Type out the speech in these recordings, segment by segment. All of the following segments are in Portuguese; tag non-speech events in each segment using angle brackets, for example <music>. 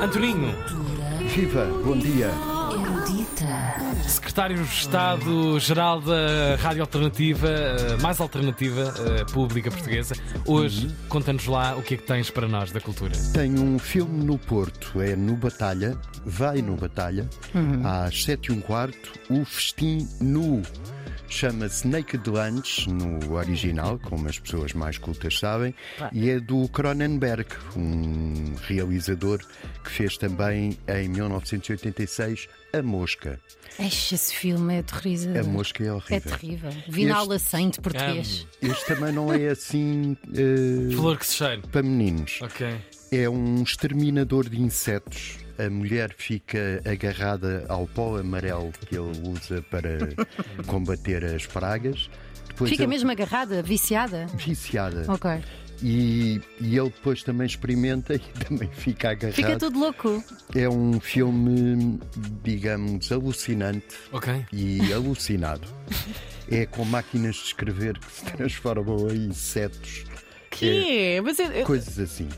Antoninho, Viva, bom dia. Erudita. secretário de Estado-Geral da Rádio Alternativa, eh, mais alternativa eh, pública portuguesa, hoje Uhum. conta-nos lá o que é que tens para nós da cultura. Tem um filme no Porto, é no Batalha, vai no Batalha, às 7 e um quarto, o Festim Nu. Chama-se Naked Lunch, no original, como as pessoas mais cultas sabem, e é do Cronenberg, um realizador que fez também em 1986 A Mosca. Eixe, esse filme é aterrorizador. A Mosca é horrível. É terrível. Vi na Este- aula 100 de português. Este também não é assim eh, Flor que se cheire. para meninos. Ok. É um exterminador de insetos. A mulher fica agarrada ao pó amarelo que ele usa para combater as pragas. Depois Fica ele- mesmo agarrada, <laughs> viciada. viciada. Ok. E, e ele depois também experimenta e <laughs> também fica agarrado. Fica tudo louco. É um filme, digamos, alucinante Ok. <laughs> e alucinado. é com máquinas de escrever que se transformam em insetos, Que? é? Mas eu, eu- coisas assim.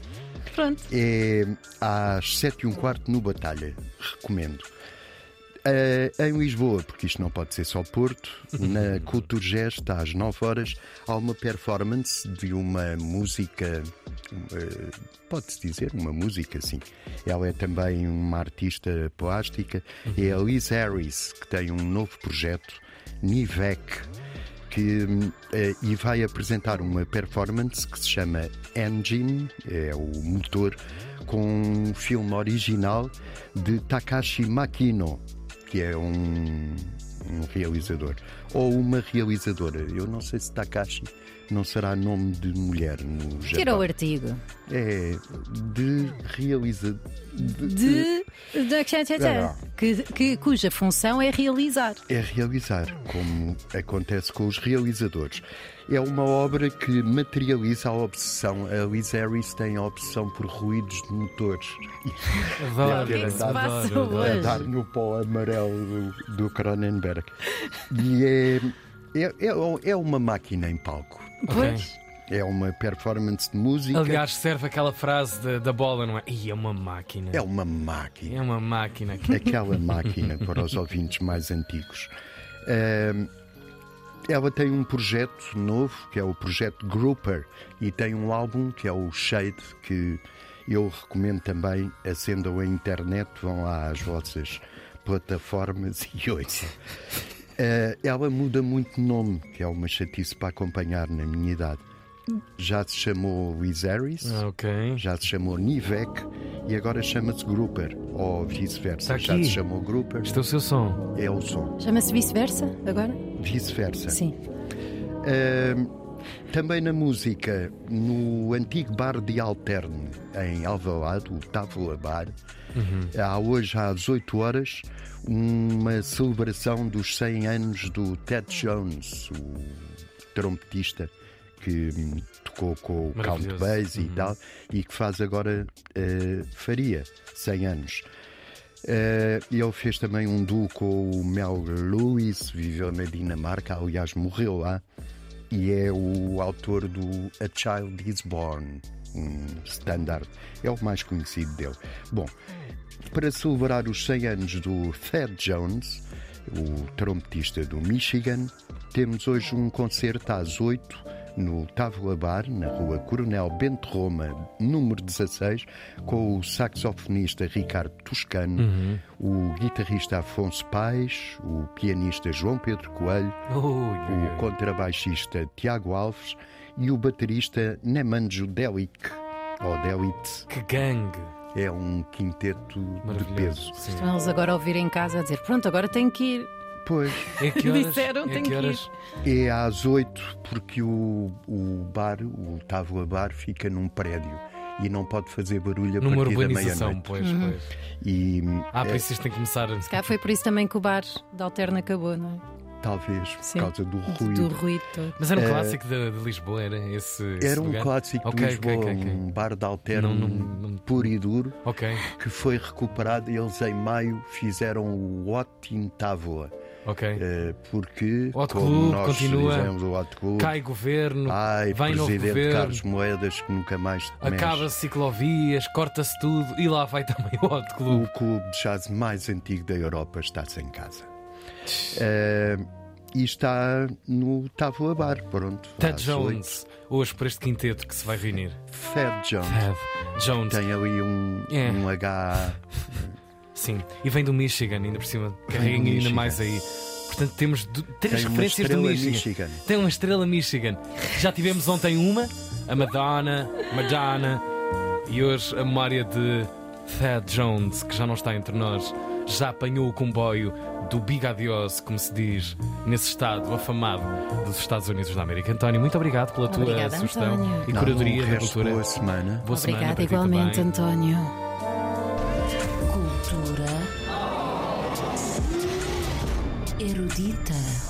pronto. É às 7 e um quarto no Batalha. Recomendo. Eh, em Lisboa, porque isto não pode ser só Porto, na Culturgest, às 9 horas, há uma performance de uma música. eh, Pode-se dizer uma música, sim. Ela é também uma artista plástica. É a Liz Harris, que tem um novo projeto, Nivek que, hum, eh, e vai apresentar uma performance que se chama Engine, é o motor, com um filme original de Takashi Makino, que é um, um realizador, ou uma realizadora. Eu não sei se Takashi não será nome de mulher no Tira o Japão. artigo. É de realizador. De. de- tchá, tchá, tchá. Que, que- cuja função é realizar. é realizar, como acontece com os realizadores. É uma obra que materializa a obsessão. A Liz Harris tem a obsessão por ruídos de motores. Adoro, que é que se adoro, passa adoro. A hoje? dar no pó amarelo do, do Cronenberg. E é, é, é, é uma máquina em palco. Ok. Pois. É uma performance de música. Aliás, serve aquela frase da, da bola, não é? Ih, é uma máquina. É uma máquina. É uma máquina. aquela máquina para os ouvintes mais antigos. Ahm, ela tem um projeto novo, que é o projeto Grouper, e tem um álbum que é o Shade, que eu recomendo também. Acendam a internet, vão lá às vossas plataformas e ouçam. Ah, ela muda muito de nome, que é uma chatice para acompanhar na minha idade. Já se chamou Liz Harris, Ah, Ok. já se chamou Nivek e agora chama-se Grouper, ou vice-versa. Está Já aqui. se chamou Grouper, Este é o seu som. é o som. Chama-se vice-versa agora? Vice-versa. Sim. Ahm, Ehm, também na música, no antigo bar de Alterne, em Alvalade, o Távola Bar, há hoje às 8 horas uma celebração dos 100 anos do Ted Jones, o trompetista que hum, tocou com o Count Maravilhoso. Basie e tal, e que faz agora, eh, faria 100 anos. Eh, ele fez também um duo com o Mel Lewis, viveu na Dinamarca, aliás, morreu lá, e é o autor do A Child Is Born, um standard, é o mais conhecido dele. Bom, para celebrar os 100 anos do Thad Jones, o trompetista do Michigan, temos hoje um concerto às 8 no Távola Bar, na rua Coronel Bento Roma, número 16, com o saxofonista Ricardo Toscano, o guitarrista Afonso Paes, o pianista João Pedro Coelho, Ui, ui, o contrabaixista Tiago Alves e o baterista Nemanjo Delic, ou Delic, que gangue. é um quinteto de peso. Maravilhoso. Sim. Estão eles agora a ouvir em casa a dizer: pronto, agora tenho que ir. Pois, É que horas? Disseram, é tenho que que ir. horas? é às oito, porque o, o bar, o Távola Bar, fica num prédio e não pode fazer barulho a Numa partir da urbanização, meia-noite. Uhum. É. pois, pois. E Ah, por isso isto tem que começar. a- Cá foi por isso também que o bar da Alterna acabou, não é? talvez Sim. por causa do Do ruído. ruído todo. Mas era um clássico de, de Lisboa, era esse. esse Eh, Era um lugar? clássico Ok, de Lisboa, Ok, ok, um bar de alterno Não- não- não- puro e duro. ok. que foi recuperado. Eles, em maio, fizeram o What in Tavola, Ok. eh, porque, O Hot como Club nós continua. dizemos, o Hot Club, Cai governo, ai, vem novo presidente governo, Carlos Moedas, que nunca mais te mexe. acaba-se ciclovias, corta-se tudo e lá vai também o Hot Clube. O clube de jazz mais antigo da Europa está sem casa. Eh, e está no Tavoa Bar, pronto. Ted às Jones, hoje por este quinteto que se vai reunir. oito. Ted Jones. Ted Jones, Tem ali um, É. um H. sim. E vem do Michigan, ainda por cima. Carrega do ainda Michigan. mais aí. Portanto, temos du- três Tem uma referências do estrela Michigan. Michigan. Tem uma estrela Michigan. Já tivemos ontem uma, a Madonna, Madonna. E hoje a memória de Thad Jones, que já não está entre nós, já apanhou o comboio do Big Adios, como se diz, nesse estado afamado dos Estados Unidos da América. António, muito obrigado pela tua Obrigada, sugestão António. e Não, curadoria o da resto, cultura. Boa semana. Boa semana Obrigada, para ti também. igualmente, António. Cultura erudita.